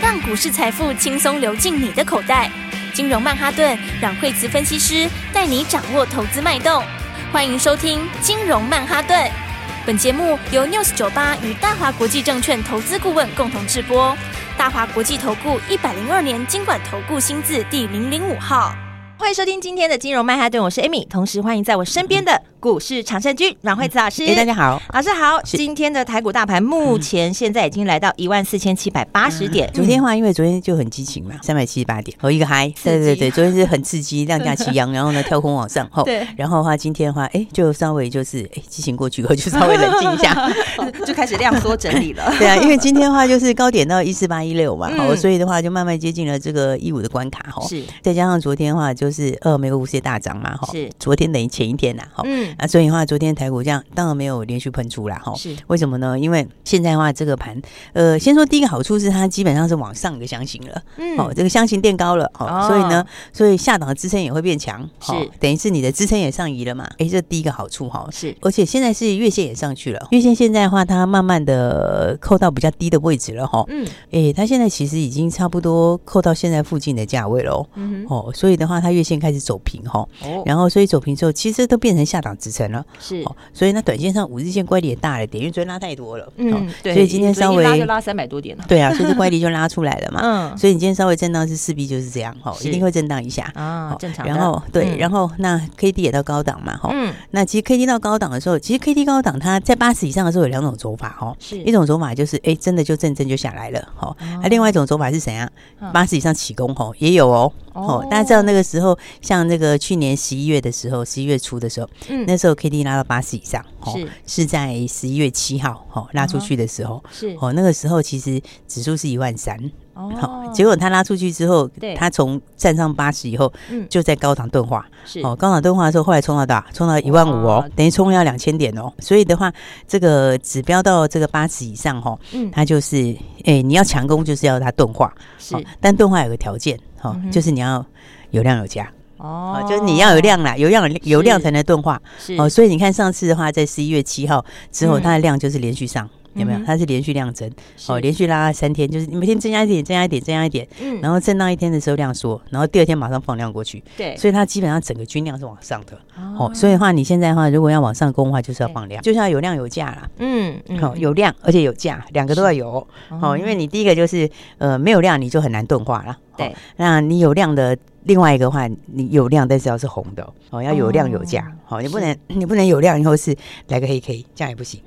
让股市财富轻松流进你的口袋。金融曼哈顿让惠慈分析师带你掌握投资脉动。欢迎收听《金融曼哈顿》，本节目由 News 九八与大华国际证券投资顾问共同制播。大华国际投顾一百零二年经管投顾新字第零零五号。欢迎收听今天的金融曼哈顿，我是 Amy，同时欢迎在我身边的股市常胜军阮慧慈老师。嗯哎、大家好，老师好，今天的台股大盘目前现在已经来到一万四千七百八十点，昨天的话，因为昨天就很激情嘛，三百七十八点，哦，一个嗨，对对对，昨天是很刺激，量价齐扬，然后呢跳空往上，后，对然后的话，今天的话，哎，就稍微就是哎激情过去以后， 就稍微冷静一 下， 就开始量缩整理了。对啊，因为今天的话就是高点到一四八一六嘛，嗯哦，所以的话就慢慢接近了这个一五的关卡，哦，是，再加上昨天的话就是呃美国股市也大涨嘛，哈，是昨天等于前一天呐，哈，嗯，啊，所以的话，昨天台股这样当然没有连续喷出啦，哈。是为什么呢？因为现在的话，这个盘，呃，先说第一个好处是它基本上是往上一个箱型了，嗯哦，这个箱型垫高了，哦，哦所以呢，所以下档的支撑也会变强，是哦等于是你的支撑也上移了嘛，诶，这第一个好处哈、是而且现在是月线也上去了，月线现在的话，它慢慢的扣到比较低的位置了哈、哦，嗯诶，它现在其实已经差不多扣到现在附近的价位了哦，嗯哼，哦，所以的话，它月线开始走平哈、哦，哦，然后所以走平之后，其实都变成下档支撑了。是哦，所以那短线上五日线乖离也大了点，因为昨天拉太多了，哦嗯，对，所以今天稍昨微天一拉就拉三百多点了，对啊，所以这乖离就拉出来了 嘛，嗯所以你今天稍微震荡是势必就是这样哈，是一定会震荡一下，啊哦，正常的。然后哦对，嗯然后那 K D 也到高档嘛哈，嗯那其实 K D 到高档的时候，其实 K D 高档它在八十以上的时候有两种走法哈，是一种走法就是哎真的就正正就下来了哈，哦啊另外一种走法是怎样嗯？八十以上起攻哈也有哦，哦哦大家知道那个时候像那个去年十一月的时候，十一月初的时候。嗯那时候 K D 拉到八十以上，哦是，是在十一月七号，哦，拉出去的时候，是哦，那个时候其实指数是一万三，哦好，结果它拉出去之后对，它从站上八十以后嗯，就在高档钝化，是哦，高档钝化的时候，后来冲到多少？冲到一万五哦，等于冲了两千点哦，所以的话，这个指标到这个八十以上，哦，嗯它就是，诶，你要强攻就是要它钝化，是哦但钝化有个条件，哦嗯，哼就是你要有量有价，哦哦，就是你要有量啦，有量有有量是才能钝化。是哦，所以你看上次的话，在十一月七号之后，嗯它的量就是连续上。有没有嗯哼？它是连续量增，哦，是连续拉了三天，就是你每天增加一点，增加一点，增加一点，嗯然后震荡一天的时候量缩，然后第二天马上放量过去，对所以它基本上整个均量是往上的。哦，以所以的话，你现在的话，如果要往上攻的话，就是要对放量，就是要有量有价啦。嗯嗯哦，有量而且有价，两个都要有。哦，因为你第一个就是呃没有量，你就很难钝化啦。哦对，那你有量的另外一个话，你有量但是要是红的哦，要有量有价。哦，你不能 你不能有量以后是来个黑 K，这样也不行。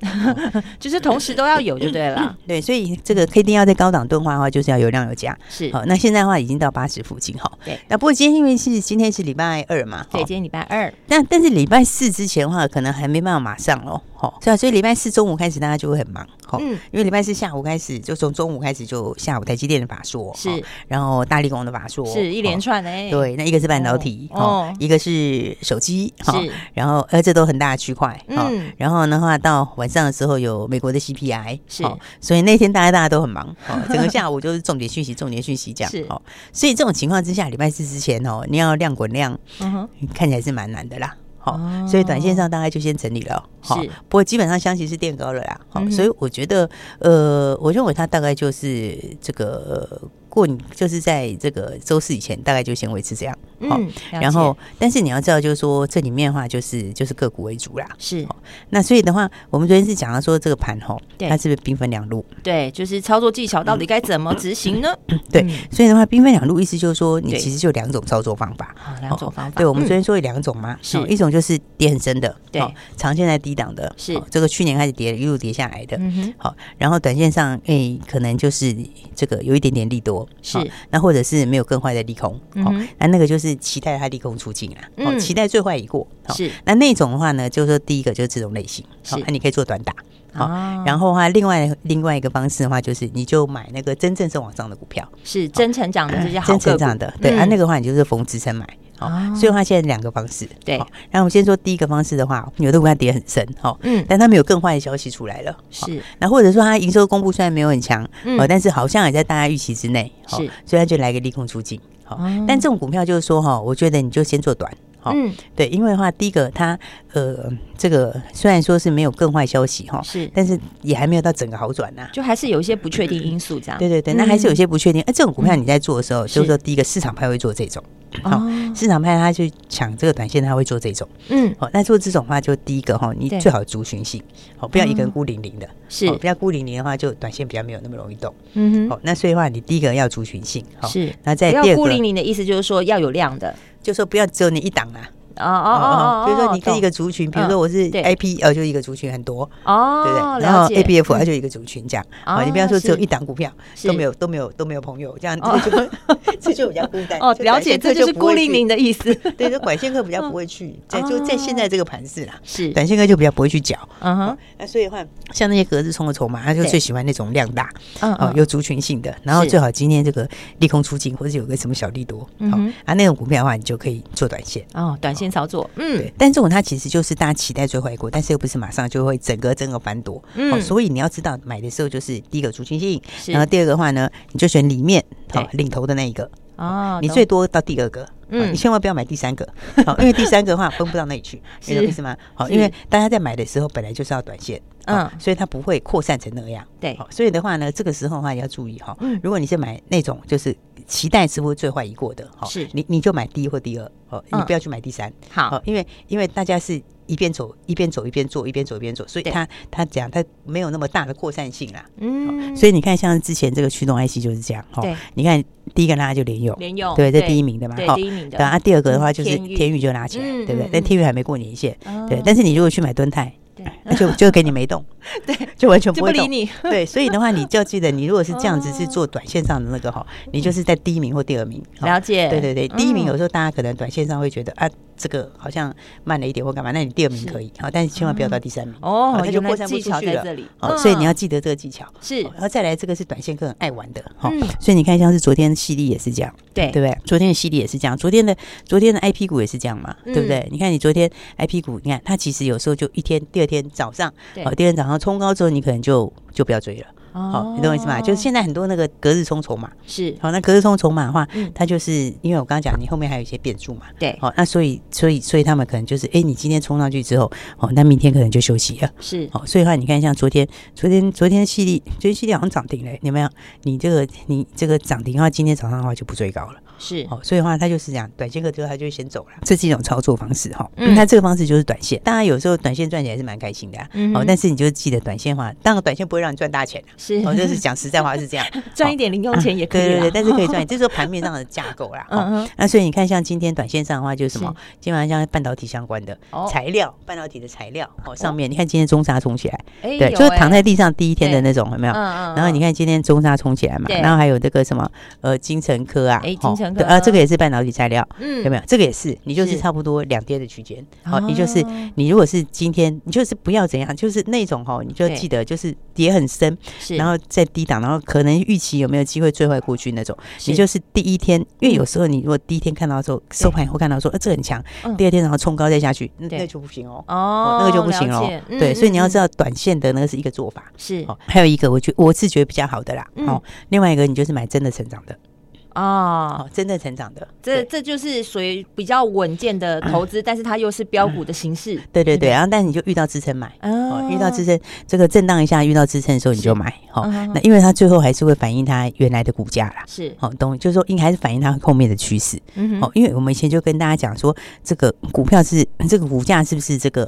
就是同时都要有就对了，对，所以这个 K D 要在高档钝化的话，就是要有量有价。是嗯好、那现在的话已经到八十附近哈。哦对那不过今天因为是今天是礼拜二嘛，对，哦今天礼拜二，但但是礼拜四之前的话，可能还没办法马上哦。哦，是啊，所以礼拜四中午开始大家就会很忙。哦，嗯因为礼拜四下午开始，就从中午开始就下午台积电的法说，是哦然后大力光的法说，是一连哦串哎，对，那一个是半导体，哦哦，哦一个是手机，哦哎是然后呃，这都很大的区块，哦嗯然后的话，到晚上的时候有美国的 CPI，是所以那天大家大家都很忙，哦，整个下午就是重点讯息，重点讯息这 样是，哦，所以这种情况之下，礼拜四之前哦，你要量滚量，嗯哼看起来是蛮难的啦。好、哦所以短线上大概就先整理了。好是不过基本上箱型是垫高了啦。好、嗯哼所以我觉得，呃，我认为它大概就是这个呃过，就是在这个周四以前，大概就先维持这样。好嗯，然后，但是你要知道，就是说这里面的话，就是就是个股为主啦。是那所以的话，我们昨天是讲到说这个盘吼，对它是不是兵分两路？对，就是操作技巧到底该怎么执行呢？对，嗯所以的话，兵分两路意思就是说，你对其实就两种操作方法。好，两种方法，对，我们嗯昨天说有两种嘛，是哦一种就是跌很深的，对哦长线在低档的，是哦这个去年开始跌，一路跌下来的。嗯哼，好，然后短线上，诶、可能就是这个有一点点利多，是哦那或者是没有更坏的利空，哦嗯哼那那个就是期待它利空出尽啦，嗯哦，期待最坏已过，好是那那种的话呢，就是说第一个就是这种类型，哦是那、你可以做短打，好、啊然后的话，另外另外一个方式的话，就是你就买那个真正是往上的股票，是真成长的这些好真个成股长的，对、嗯啊，那个话你就是逢支撑买。好、哦所以的话现在两个方式，对好那我们先说第一个方式的话，有的股票跌很深，好、嗯但它没有更坏的消息出来了，好是那或者说它营收公布虽然没有很强，嗯哦，但是好像也在大家预期之内，是所以它就来个利空出尽，好、哦但这种股票就是说哈，哦我觉得你就先做短。哈、嗯，对，因为的话，第一个它呃，这个虽然说是没有更坏消息哈、是，但是也还没有到整个好转呐、就还是有一些不确定因素这样。对对对，嗯那还是有些不确定。哎、这种股票你在做的时候，就是是说第一个市场派会做这种，好哦，市场派他去抢这个短线，他会做这种。嗯，哦，那做这种的话，就第一个哈，你对嗯最好族群性，哦，不要一个人孤零零的，是哦，，比较孤零零的话，就短线比较没有那么容易动。嗯哼，哦，那所以的话，你第一个要族群性，哦，是。那不再要第二孤零个零的意思就是说要有量的就说不要只有你一档啊，哦哦哦，比如说你跟一个个族群，比如说我是对 IP，呃，就一个族群很多，对哦，不对？然了后解嗯 ABF 它就一个族群这样，哦啊，你不要说只有是一档股票是都没有都没有都没有朋友，这样哦这个就 这就比较孤单。哦，所以了短解，线这客就是不孤会零去零的意思， 对，这短线客比较不会嗯去，在就在现哦在这个盘势啦，是，短线客就比较不会去缴。嗯哼，那所以的话，像那些格子冲的筹码，他就对最喜欢那种量大嗯哦，嗯，有族群性的，然后是最好今天这个利空出尽，或者有个什么小利多，嗯好哼啊，那种股票的话，你就可以做短线。哦，短线操作，嗯对，但这种它其实就是大家期待最坏股，但是又不是马上就会整个整个翻多，嗯哦，所以你要知道买的时候就是第一个族群性，是然后第二个的话呢，你就选里面好、对领头的那一个，哦，你懂最多到第二个，嗯、嗯你千万不要买第三个，好、因为第三个的话分不到那里去，你懂 是意思吗？好、是因为大家在买的时候本来就是要短线，嗯、嗯所以它不会扩散成那样，对好所以的话呢，这个时候的话也要注意哈、嗯如果你是买那种就是期待直播最坏一过的，哈是你你就买第一或第二，哦，你嗯不要去买第三，好哦，因为因为大家是一边走一边走一边做一边走一边做，所以对它它讲它没有那么大的扩散性啦。嗯，所以你看，像之前这个驱动 IC 就是这样哈对。你看第一个拉就联用，联用对，这第一名的嘛哦对哈第一名的对啊，第二个的话嗯就是天域天宇就拉起来，嗯对不嗯对？但嗯天宇还没过年限，对哦。但是你如果去买敦泰，哎对那就就给你 没动，对，就完全就不不会理动。你， 对，所以的话，你就要记得，你如果是这样子是哦做短线上的那个哈，你就是在第一名或第二名。哈了解，对对对，第一名嗯有时候大家可能短线上会觉得啊，这个好像慢了一点或干嘛，那你第二名是可以，好，但是千万不要到第三名哦好它就原来扩散不技出巧去在了这里好所以你嗯要记得这个技巧。是好然后再来这个是短线客很爱玩的，哈嗯，所以你看像是昨天的犀利也是这样，对对不对？昨天的犀利也是这样，昨天的昨天的 IP 股也是这样嘛，嗯对不对？你看你昨天 IP 股，你看它其实有时候就一天，第二天早上，对好第二天早上冲高之后，你可能就就不要追了，哦好，你懂我意思吗？就是现在很多那个隔日冲筹码，是好，那隔日冲筹码的话嗯，它就是因为我刚刚讲，你后面还有一些变数嘛。对好、那所以所以所以他们可能就是，哎，你今天冲上去之后，哦，那明天可能就休息了。是好、所以的话，你看像昨天昨天昨天系列，昨天系列好像涨停嘞，有没有？你这个你这个涨停的话，今天早上的话就不追高了。是哦，所以的话，它就是这样，短线客之后它就会先走了，这是一种操作方式哈。嗯嗯，它这个方式就是短线，当然有时候短线赚起来是蛮开心的、啊。嗯哦哼，但是你就记得短线的话，当然短线不会让你赚大钱、啊、是，哦，这是讲实在话是这样赚哦一点零用钱 也可以对对啦对，但是可以 赚，这是盘面上的架构啦。哦嗯嗯那所以你看，像今天短线上的话，就是什么？基本上像半导体相关的哦材料，半导体的材料哦，上面你看今天中沙冲起来，哎对，有就是哎躺在地上第一天的对那种，有没有？嗯然后你看今天中沙冲起来嘛，对然后还有这个什么呃金城科啊，哎哦金城科对啊，这个也是半导体材料，嗯有没有？这个也是，你就是是差不多两天的区间，好，哦你就是你如果是今天，你就是不要怎样，就是那种哈，你就对记得就是跌很深，是然后在低档，然后可能预期有没有机会最坏过去那种，是你就是第一天，因为有时候你如果第一天看到的时候收盘以后看到说，呃，这很强嗯，第二天然后冲高再下去，那对那就不行哦。哦哦，那个就不行了了解，对，嗯所以你要嗯知道，短线的那个是一个做法嗯。是哦，还有一个，我觉我是觉得比较好的啦。嗯哦，另外一个你就是买真的成长的，哦，哦，真的成长的，这对这就是属于比较稳健的投资，但是它又是标股的形式对对对，然后但你就遇到支撑买。啊 哦，遇到支撑，这个震荡一下，遇到支撑的时候你是就买，哦嗯，那因为它最后还是会反映它原来的股价啦，是哦，懂，就是说应该还是反映它后面的趋势，嗯哦哼，因为我们以前就跟大家讲说，这个股票是 这个股价是不是这个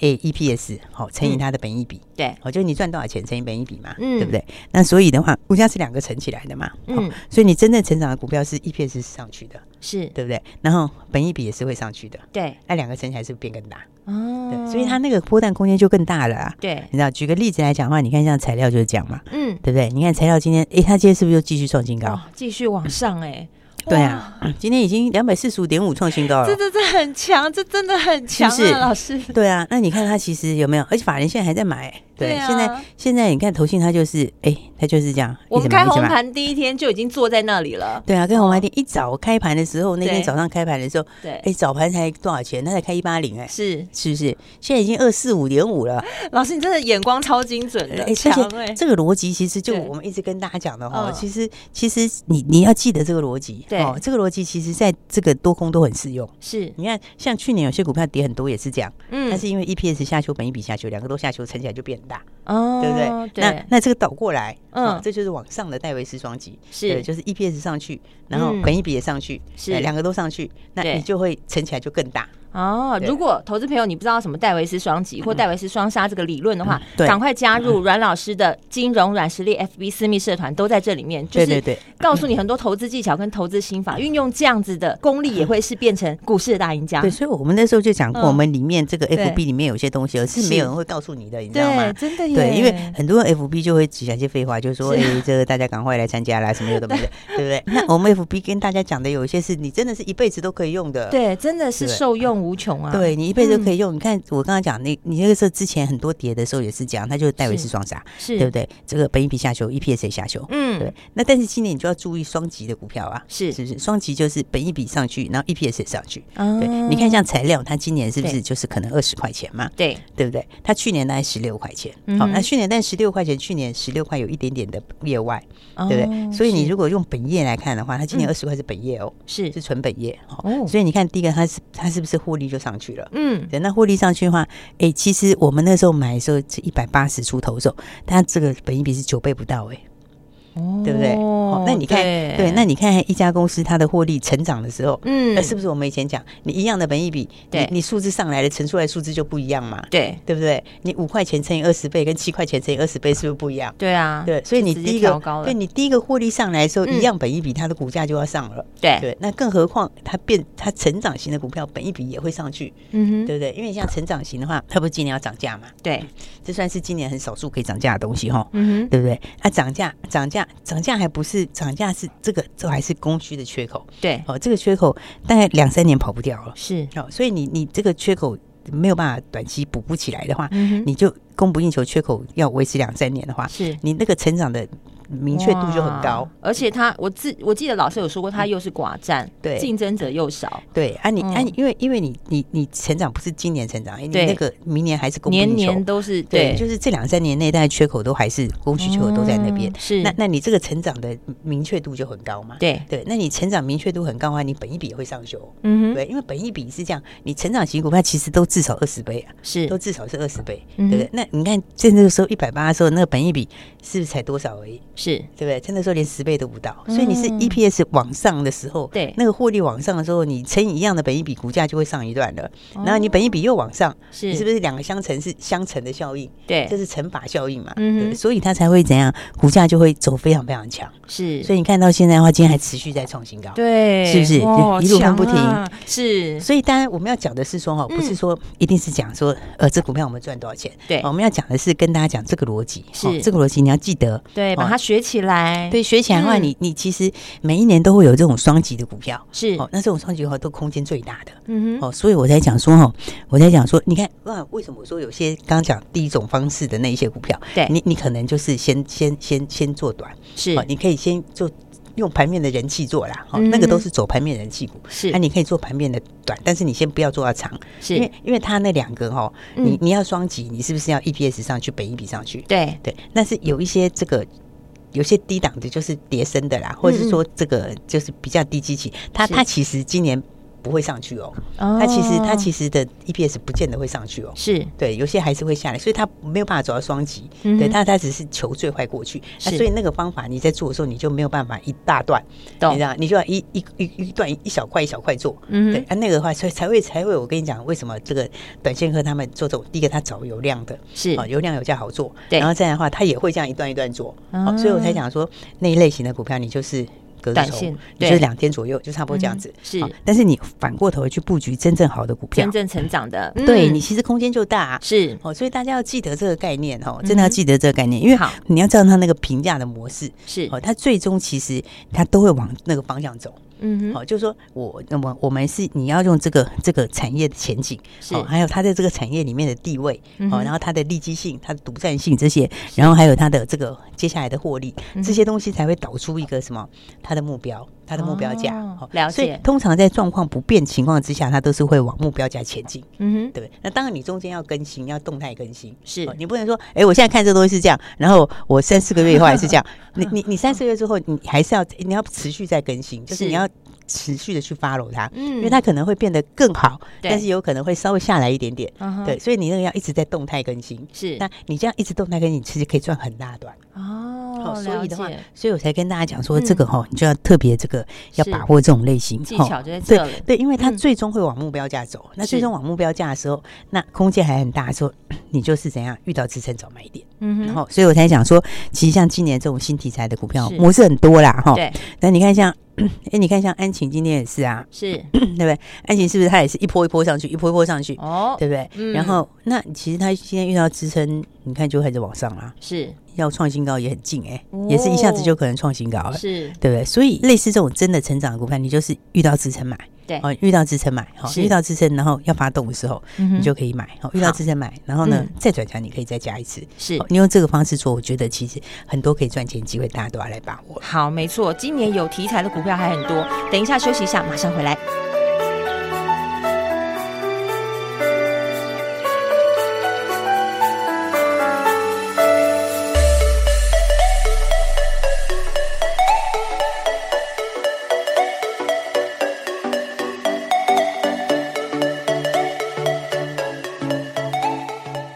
E 诶 EPS 好、哦乘以它的本益比，对哦，就是你赚多少钱乘以本益比嘛，嗯对不对？那所以的话，股价是两个乘起来的嘛，嗯哦，所以你真正成长的股票是 EPS 是上去的，是对不对？然后本益比也是会上去的，对那两个乘起来是不是变更大？哦对，所以它那个波段空间就更大了啊。对你知道，举个例子来讲的话，你看像材料就是这样嘛，嗯对不对？你看材料今天，诶，它今天是不是又继续创新高？哇继续往上哎，对啊，今天已经两百四十五点五创新高哇，了这。这这很强，这真的很强是不是啊，老师对啊，那你看它其实有没有？而且法人现在还在买、对，对啊现在现在你看投信，它就是哎，它就是这样，我们一直买开一直红买盘第一天就已经坐在那里了。对啊，跟红牌店一早开盘的时候，那天对早上开盘的时候，对，哎，早盘才多少钱？它才开一八零，哎，是是不是？现在已经二四五点五了，老师，你真的眼光超精准的，哎，强哎、且这个逻辑其实就对我们一直跟大家讲的哈嗯，其实其实你你要记得这个逻辑，对哦这个逻辑其实在这个多空都很适用。是你看，像去年有些股票跌很多也是这样，但嗯，是因为 EPS 下修、本一比下修，两个都下修，乘起来就变大，哦对不对？那那这个倒过来，嗯嗯，这就是往上的戴维斯双击，是对就是 EPS 上去，然后嗯本一比也上去，是哎两个都上去，那对你就会乘起来就更大。哦，对嗯如果投资朋友你不知道什么戴维斯双击或戴维斯双杀这个理论的话，对嗯赶快加入阮老师的金融软实力 FB 私密社团，都在这里面，就对对是对，告诉你很多投资技巧跟投资心法，运用这样子的功力，也会是变成股市的大赢家。对，所以我们那时候就讲过，啊嗯我们里面这个对 FB 里面有些东西，而是是没有人会告诉你的，你知道对，吗？真的耶，对，因为很多人 FB 就会只讲一些废话，就说是哎，这个大家赶快来参加啦，什么有的没 的，对不对？那我们 FB 跟大家讲的有一些是你真的是一辈子都可以用的，对，真的是对受用无穷啊。对你一辈子都可以用。你看我刚刚讲，那你那个时候之前很多碟的时候也是这样，它就是戴维斯双杀，是，对不对？这个本一比下修，EPS 也下修。对嗯，，那但是今年你就要注意双级的股票啊，是是不是？双级就是本一比上去，然后 EPS 也上去。对，对你看像材料，它今年是不哦对是就是可能二十块钱嘛，对，对不对？它去年大概十六块钱，好、嗯哼那去年但十六块钱，去年十六块有一点点的业外，对对不对？所以你哦是如果用本业来看的话，它今年嗯二十块是本业哦，是是纯本业哦。哦所以你看，第一个它是它是不是获利就上去了？嗯，对，那获利上去的话，哎、其实我们那时候买的时候是一百八十出头的时候，它这个本益比是九倍不到、哎，对对不对？哦，那你看，对，那你看一家公司它的获利成长的时候，嗯那、是不是我们以前讲，你一样的本益比，对你你数字上来了，乘出来数字就不一样嘛，对对不对？你五块钱乘以二十倍，跟七块钱乘以二十倍是不是不一样？对啊，对，所以就你直接第一个调高，了对你第一个获利上来的时候，嗯一样本益比，它的股价就要上了。对，对，那更何况它变它成长型的股票，本益比也会上去，嗯哼，对不对？因为像成长型的话，它不是今年要涨价嘛？对，这算是今年很少数可以涨价的东西哈。嗯哼，对不对？啊，涨价，涨价，涨价还不是涨价，是这个这还是供需的缺口对，哦。这个缺口大概两三年跑不掉了是，哦，所以你你这个缺口没有办法短期补不起来的话，嗯哼，你就供不应求，缺口要维持两三年的话，是。你那个成长的明确度就很高嗯哇。，而且他我自我记得老师有说过，他又是寡占，对竞争者又少，对啊你，啊嗯你，因为因为你你你成长不是今年成长，你对那个明年还是供不应年求，年都是对，就是这两三年内，大概缺口都还是供需求都在那边嗯。是那那你这个成长的明确度就很高嘛？对，对，那你成长明确度很高的话，你本一比也会上修。嗯哼，对，因为本一比是这样，你成长型股票其实都至少二十倍啊，是都至少是二十倍，嗯哼对不对？那你看在那个时候一百八的时候，那个本一比是不是才多少而已？是对不对？在那时候连十倍都不到，所以你是嗯 EPS 往上的时候，对那个获利往上的时候，你乘以一样的本一比，股价就会上一段了。然后你本一比又往上，哦是，你是不是？是两个相乘是相乘的效应？这对，是乘法效应嘛？嗯哼对，所以它才会怎样，股价就会走非常非常强。是，所以你看到现在的话，今天还持续在创新高。对，是不是哇一路强放不停啊是，所以当然我们要讲的是说哈，嗯不是说一定是讲说呃这股票我们赚多少钱，哦对我们要讲的是跟大家讲这个逻辑，哦是这个逻辑你要记得。对，把它学起来，，哦对，学起来的话，嗯你你其实每一年都会有这种双级的股票，是，哦，那这种双级股票都空间最大的嗯哼，哦，所以我才讲说哈，我才讲说，你看哇，为什么我说有些刚刚讲第一种方式的那一些股票，对你你可能就是先先先先做短，是哦，你可以先做用盘面的人气做啦，哦，嗯那个都是走盘面人气股，是啊那、你可以做盘面的短，但是你先不要做到长，因是为，因为它那两个哈，你嗯你要双击，你是不是要 EPS 上去，本一比上去？对，对，但是有一些这个。有些低档的，就是叠升的啦，或者是说这个就是比较低基期，它嗯是它其实今年不会上去哦，它它其实实它其实的 EPS 不见得会上去哦，哦是对，有些还是会下来，所以它没有办法走到双级，嗯对，哼它它只是球最坏过去，那是所以那个方法你在做的时候，你就没有办法一大段，你懂知，道，你就要一一一一段一小块一小块做，嗯对哼，啊，那个的话，所以才会才会，我跟你讲，为什么这个短线客他们做这种，第一个他找有量的，是哦，，有量有价好做，对嗯然后再来的话，他也会这样一段一段做，哦，所以我才讲说那一类型的股票，你就是隔日短冲线你对就是两天左右，就差不多这样子，嗯是哦但是你反过头去布局真正好的股票真，正成长的，对嗯你其实空间就大啊，是嗯哦，所以大家要记得这个概念哦，哼真的要记得这个概念，因为好你要知道它那个评价的模式是哦，它最终其实它都会往那个方向走。嗯哼，哦，就是说我那么我们是你要用这个这个产业的前景，是哦，还有它在这个产业里面的地位，嗯哦，哼然后它的利基性、它的独占性这些，然后还有它的这个接下来的获利，嗯哼这些东西才会导出一个什么它的目标。它的目标价，哦哦了所以解通常在状况不变情况之下，它都是会往目标价前进，嗯哼，对不对？那当然，你中间要更新，要动态更新，是哦你不能说，哎、我现在看这东西是这样，然后我三四个月以后还是这样。 你你你三四个月之后，你还是要你要持续再更新，就是是你要持续的去 follow 它，嗯因为它可能会变得更好，对但是有可能会稍微下来一点点。嗯哼对，所以你那个要一直在动态更新。是那你这样一直动态更新，其实可以赚很大段。哦，所以的话了解，所以我才跟大家讲说，嗯这个哈、你就要特别这个要是把握这种类型技吼巧就在这哦对里，对，因为它嗯最终会往目标价走。那最是终往目标价的时候，那空间还很大的时候，你就是怎样遇到支撑早买一点。嗯哼，然后，所以我才想说，其实像今年这种新题材的股票是模式很多啦，哈。对，那你看像， 哎，你看像安晴今天也是啊，是对不对？安晴是不是她也是一波一波上去，一波一波上去，哦，对不对？嗯然后，那其实她今天遇到支撑，你看就开始往上啦，是要创新高也很近哎、哦也是一下子就可能创新高了。是，对不对？所以类似这种真的成长的股票，你就是遇到支撑买，对哦，遇到支撑买，好、是遇到支撑，然后要发动的时候，嗯哼你就可以买，好、遇到好支撑买，然后呢，嗯再转强，你可以再加一次，是哦。你用这个方式做，我觉得其实很多可以赚钱机会，大家都要来把握。好，没错，今年有题材的股票还很多。等一下休息一下，马上回来。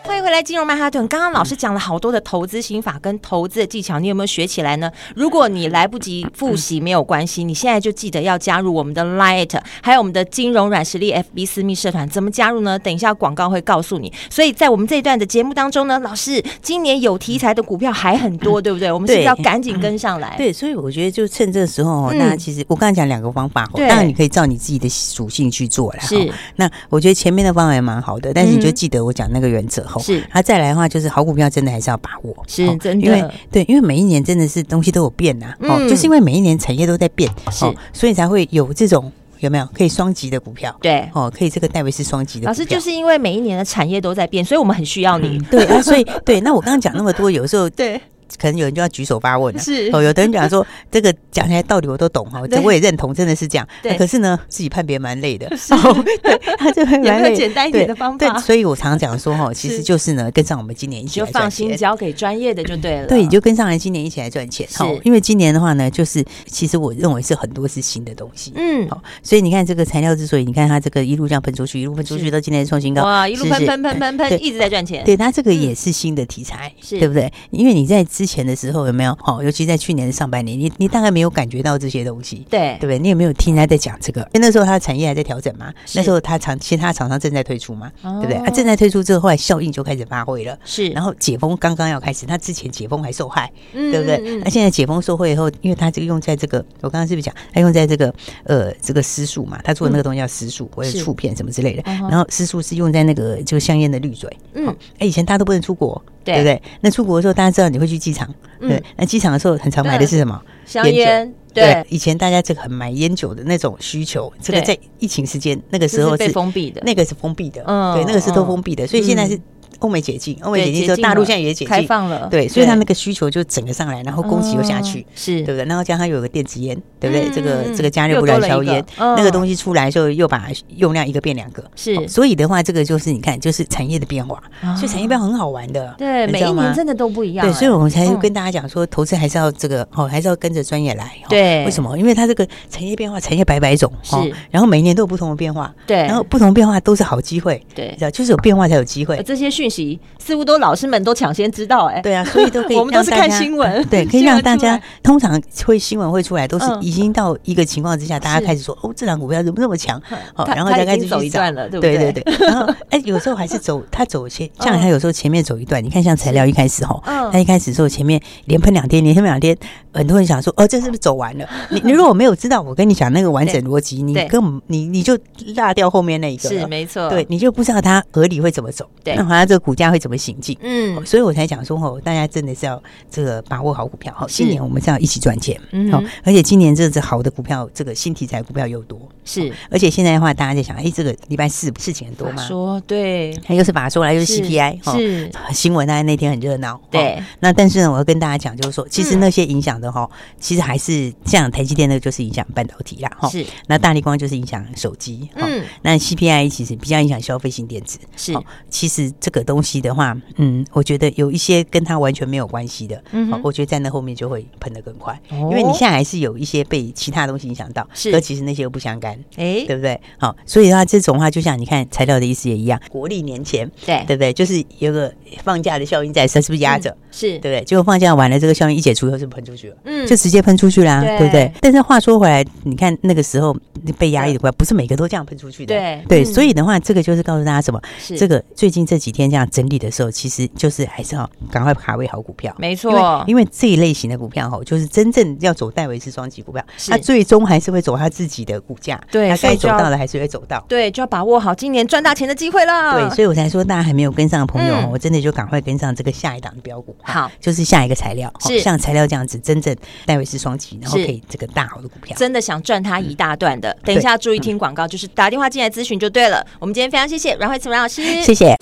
欢迎回来，金融曼哈顿。刚刚老师讲了好多的投资心法跟投资的技巧，你有没有学起来呢？如果你来不及复习，没有关系，你现在就记得要加入我们的 Light，还有我们的金融软实力 FB 私密社团。怎么加入呢？等一下广告会告诉你。所以在我们这一段的节目当中呢，老师今年有题材的股票还很多，对不对？我们是不是对要赶紧跟上来？对，所以我觉得就趁这个时候哦，嗯那其实我刚才讲两个方法哦，对当然你可以照你自己的属性去做啦。是哦那我觉得前面的方法也蛮好的，但是你就嗯记得我讲那个原则吼。是那再来的话，就是好股票真的还是要把握，是哦真的因为对，因为每一年真的是东西都有变呐、哦，嗯就是因为每一年产业都在变，哦是所以才会有这种有没有可以双级的股票，对哦，可以这个戴维斯双级的股票，老师就是因为每一年的产业都在变，所以我们很需要你。对啊，所以对，那我刚刚讲那么多，有时候对，可能有人就要举手发问了、是哦，有的人讲说 这个讲起来道理我都懂哈，对这我也认同，真的是这样。对那可是呢，自己判别蛮累的。 哦，对， 他就会有蛮没有累。简单一对点的方对法，？所以我常讲说哈，其是实就是呢，跟上我们今年一你起就来赚放心钱。交给专业的就对了。对，你就跟上来，今年一起来赚钱。是哦因为今年的话呢，就是其实我认为是很多是新的东西。嗯，好，所以你看这个材料之所以你看它这个一路这样喷出去，一路喷出是去到今天的创新高，哇，一路是不喷是喷喷喷对喷，一直在赚钱。对，它这个嗯也是新的题材，是对不对？因为你在之前的时候有没有？哦，尤其在去年的上半年，你你大概没有感觉到这些东西。对对不对？你有没有听他在讲这个？因为那时候它的产业还在调整嘛，是那时候它厂其他厂商正在推出嘛，哦对不对？啊，正在推出之后，后来效应就开始发挥了。是，然后后解封刚刚要开始，它之前解封还受害，对对不对？嗯那、现在解封受惠以后，因为它这个用在这个，我刚刚是不是讲它用在这个呃这个私树嘛？它做的那个东西叫私树、或者嗯是醋片什么之类的。嗯哼然后私树是用在那个就香烟的滤嘴，嗯，哎，以前大家都不能出国，对对不对？那出国的时候，大家知道你会去机场，嗯对。那机场的时候，很常买的是什么？香烟酒烟，对，以前大家这个很买烟酒的那种需求，这个对在疫情时间那个这时候是被是封闭的，那个是封闭的，嗯对，那个是都嗯封闭的，所以现在是嗯欧美解禁，欧美对解禁解之后，禁大陆了现在也解开禁，放了，对，所以它那个需求就整个上来，然后供给又下去哦，，是对不对？然后加上有个电子烟，对不对？嗯这个嗯这个加热又不多燃了烧一个烟，嗯那个东西出来之后，又把用量一个变两个。是哦所以的话，这个就是你看，就是产业的变化，啊所以产业变化很好玩的，对，你每知道一年吗真的都不一样哎，对，所以我们才嗯跟大家讲说，投资还是要这个哦，还是要跟着专业来。哦对为什么？因为它这个产业变化，产业百百种，哦是然后每一年都有不同的变化，对，然后不同变化都是好机会，对你知，道，就是有变化才有机呃会。这些讯息似乎都老师们都抢先知道，哎，对啊，所以都可 以我们都让是大看家新闻 对，可新以闻让大出来家通常会新闻会出来，都是嗯已经到一个情况之下，大是嗯家开始说哦，这档股票怎么那么强？好，他然后他再已开经始走一去找段了，对不对对对？对，然后哎，有时候还是走，他走前，像嗯他有时候前面走一段，你看像材料一开始吼，嗯他一开始说前面连喷两天，连喷两天，很多人想说哦，这是不是走完了？你你如果没有知道我跟你讲那个完整逻辑，你对根本你你就落掉后面那一个是了。没错，对，你就不知道它合理会怎么走。对那好像这个股价会怎么行进。嗯所以我才讲说哦，大家真的是要这个把握好股票。好，今年我们是要一起赚钱。嗯好哼，而且今年这只好的股票，这个新题材股票又多，是而且现在的话，大家在想，哎，这个礼拜四事情很多嘛，说对还有是把它说来就是 CPI 哦是新闻，当然那天很热闹。哦对，嗯那但是呢，我要跟大家讲，就是说，其实那些影响的哈，其实还是像台积电那个就是影响半导体啦，哈。哦是那大力光就是影响手机，哈嗯那 CPI 其实比较影响消费性电子。是好其实这个东西的话，嗯，我觉得有一些跟它完全没有关系的，嗯好哼我觉得在那后面就会喷得更快，哦因为你现在还是有一些被其他东西影响到，是而其实那些又不相干，哎对不对？好，所以它这种话，就像你看材料的意思也一样，国历年前，对对不对？就是有个放假的效应在，它是不是压嗯着？是对不对？结果放假完了，这个效应一解除以后，是不是喷出去了？嗯就直接喷出去啦，对对不对？但是话说回来，你看那个时候被压抑的怪，不是每个都这样喷出去的，对对，嗯所以的话，这个就是告诉大家什么？是这个最近这几天这样整理的时候，其实就是还是要赶快卡位好股票。没因为错，因为这一类型的股票哈，就是真正要走戴维斯双级股票，是它最终还是会走它自己的股价，对它所以该就走要到的还是会走到。对就要把握好今年赚大钱的机会了。对，所以我才说大家还没有跟上的朋友，呃嗯我真的就赶快跟上这个下一档的标股。好，就是下一个材料，是像材料这样子，真正戴维斯双级，然后是可以这个大好的股票。真的想赚嗯他一大段的，等一下注意听广告，就是打电话进来咨询就对了。我们今天非常谢谢阮慧慈阮老师，谢谢。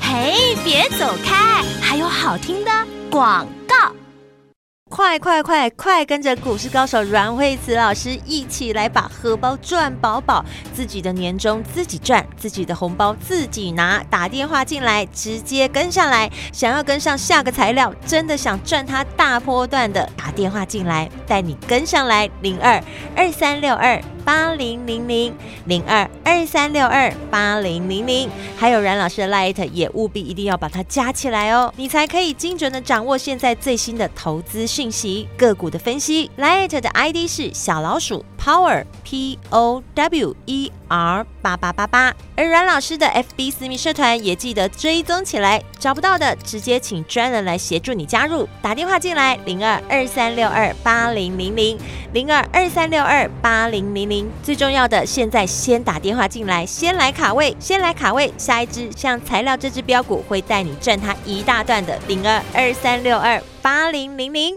嘿，别走开，还有好听的广告。快快快快跟着股市高手阮慧慈老师一起来把荷包赚饱饱，自己的年终自己赚，自己的红包自己拿。打电话进来，直接跟上来。想要跟上下个材料，真的想赚它大波段的，打电话进来，带你跟上来。零二二三六二八零零零零二二三六二八零零零，还有阮老师的 Light 也务必一定要把它加起来哦，你才可以精准的掌握现在最新的投资讯息、个股的分析。Light 的 ID 是小老鼠 Power P O W E R 八八八八，而阮老师的 FB 私密社团也记得追踪起来，找不到的直接请专人来协助你加入，打电话进来零二二三六二八零零零。零二二三六二八零零零。最重要的，现在先打电话进来，先来卡位，先来卡位。下一支像材料这支标股会带你赚它一大段的零二二三六二八零零零。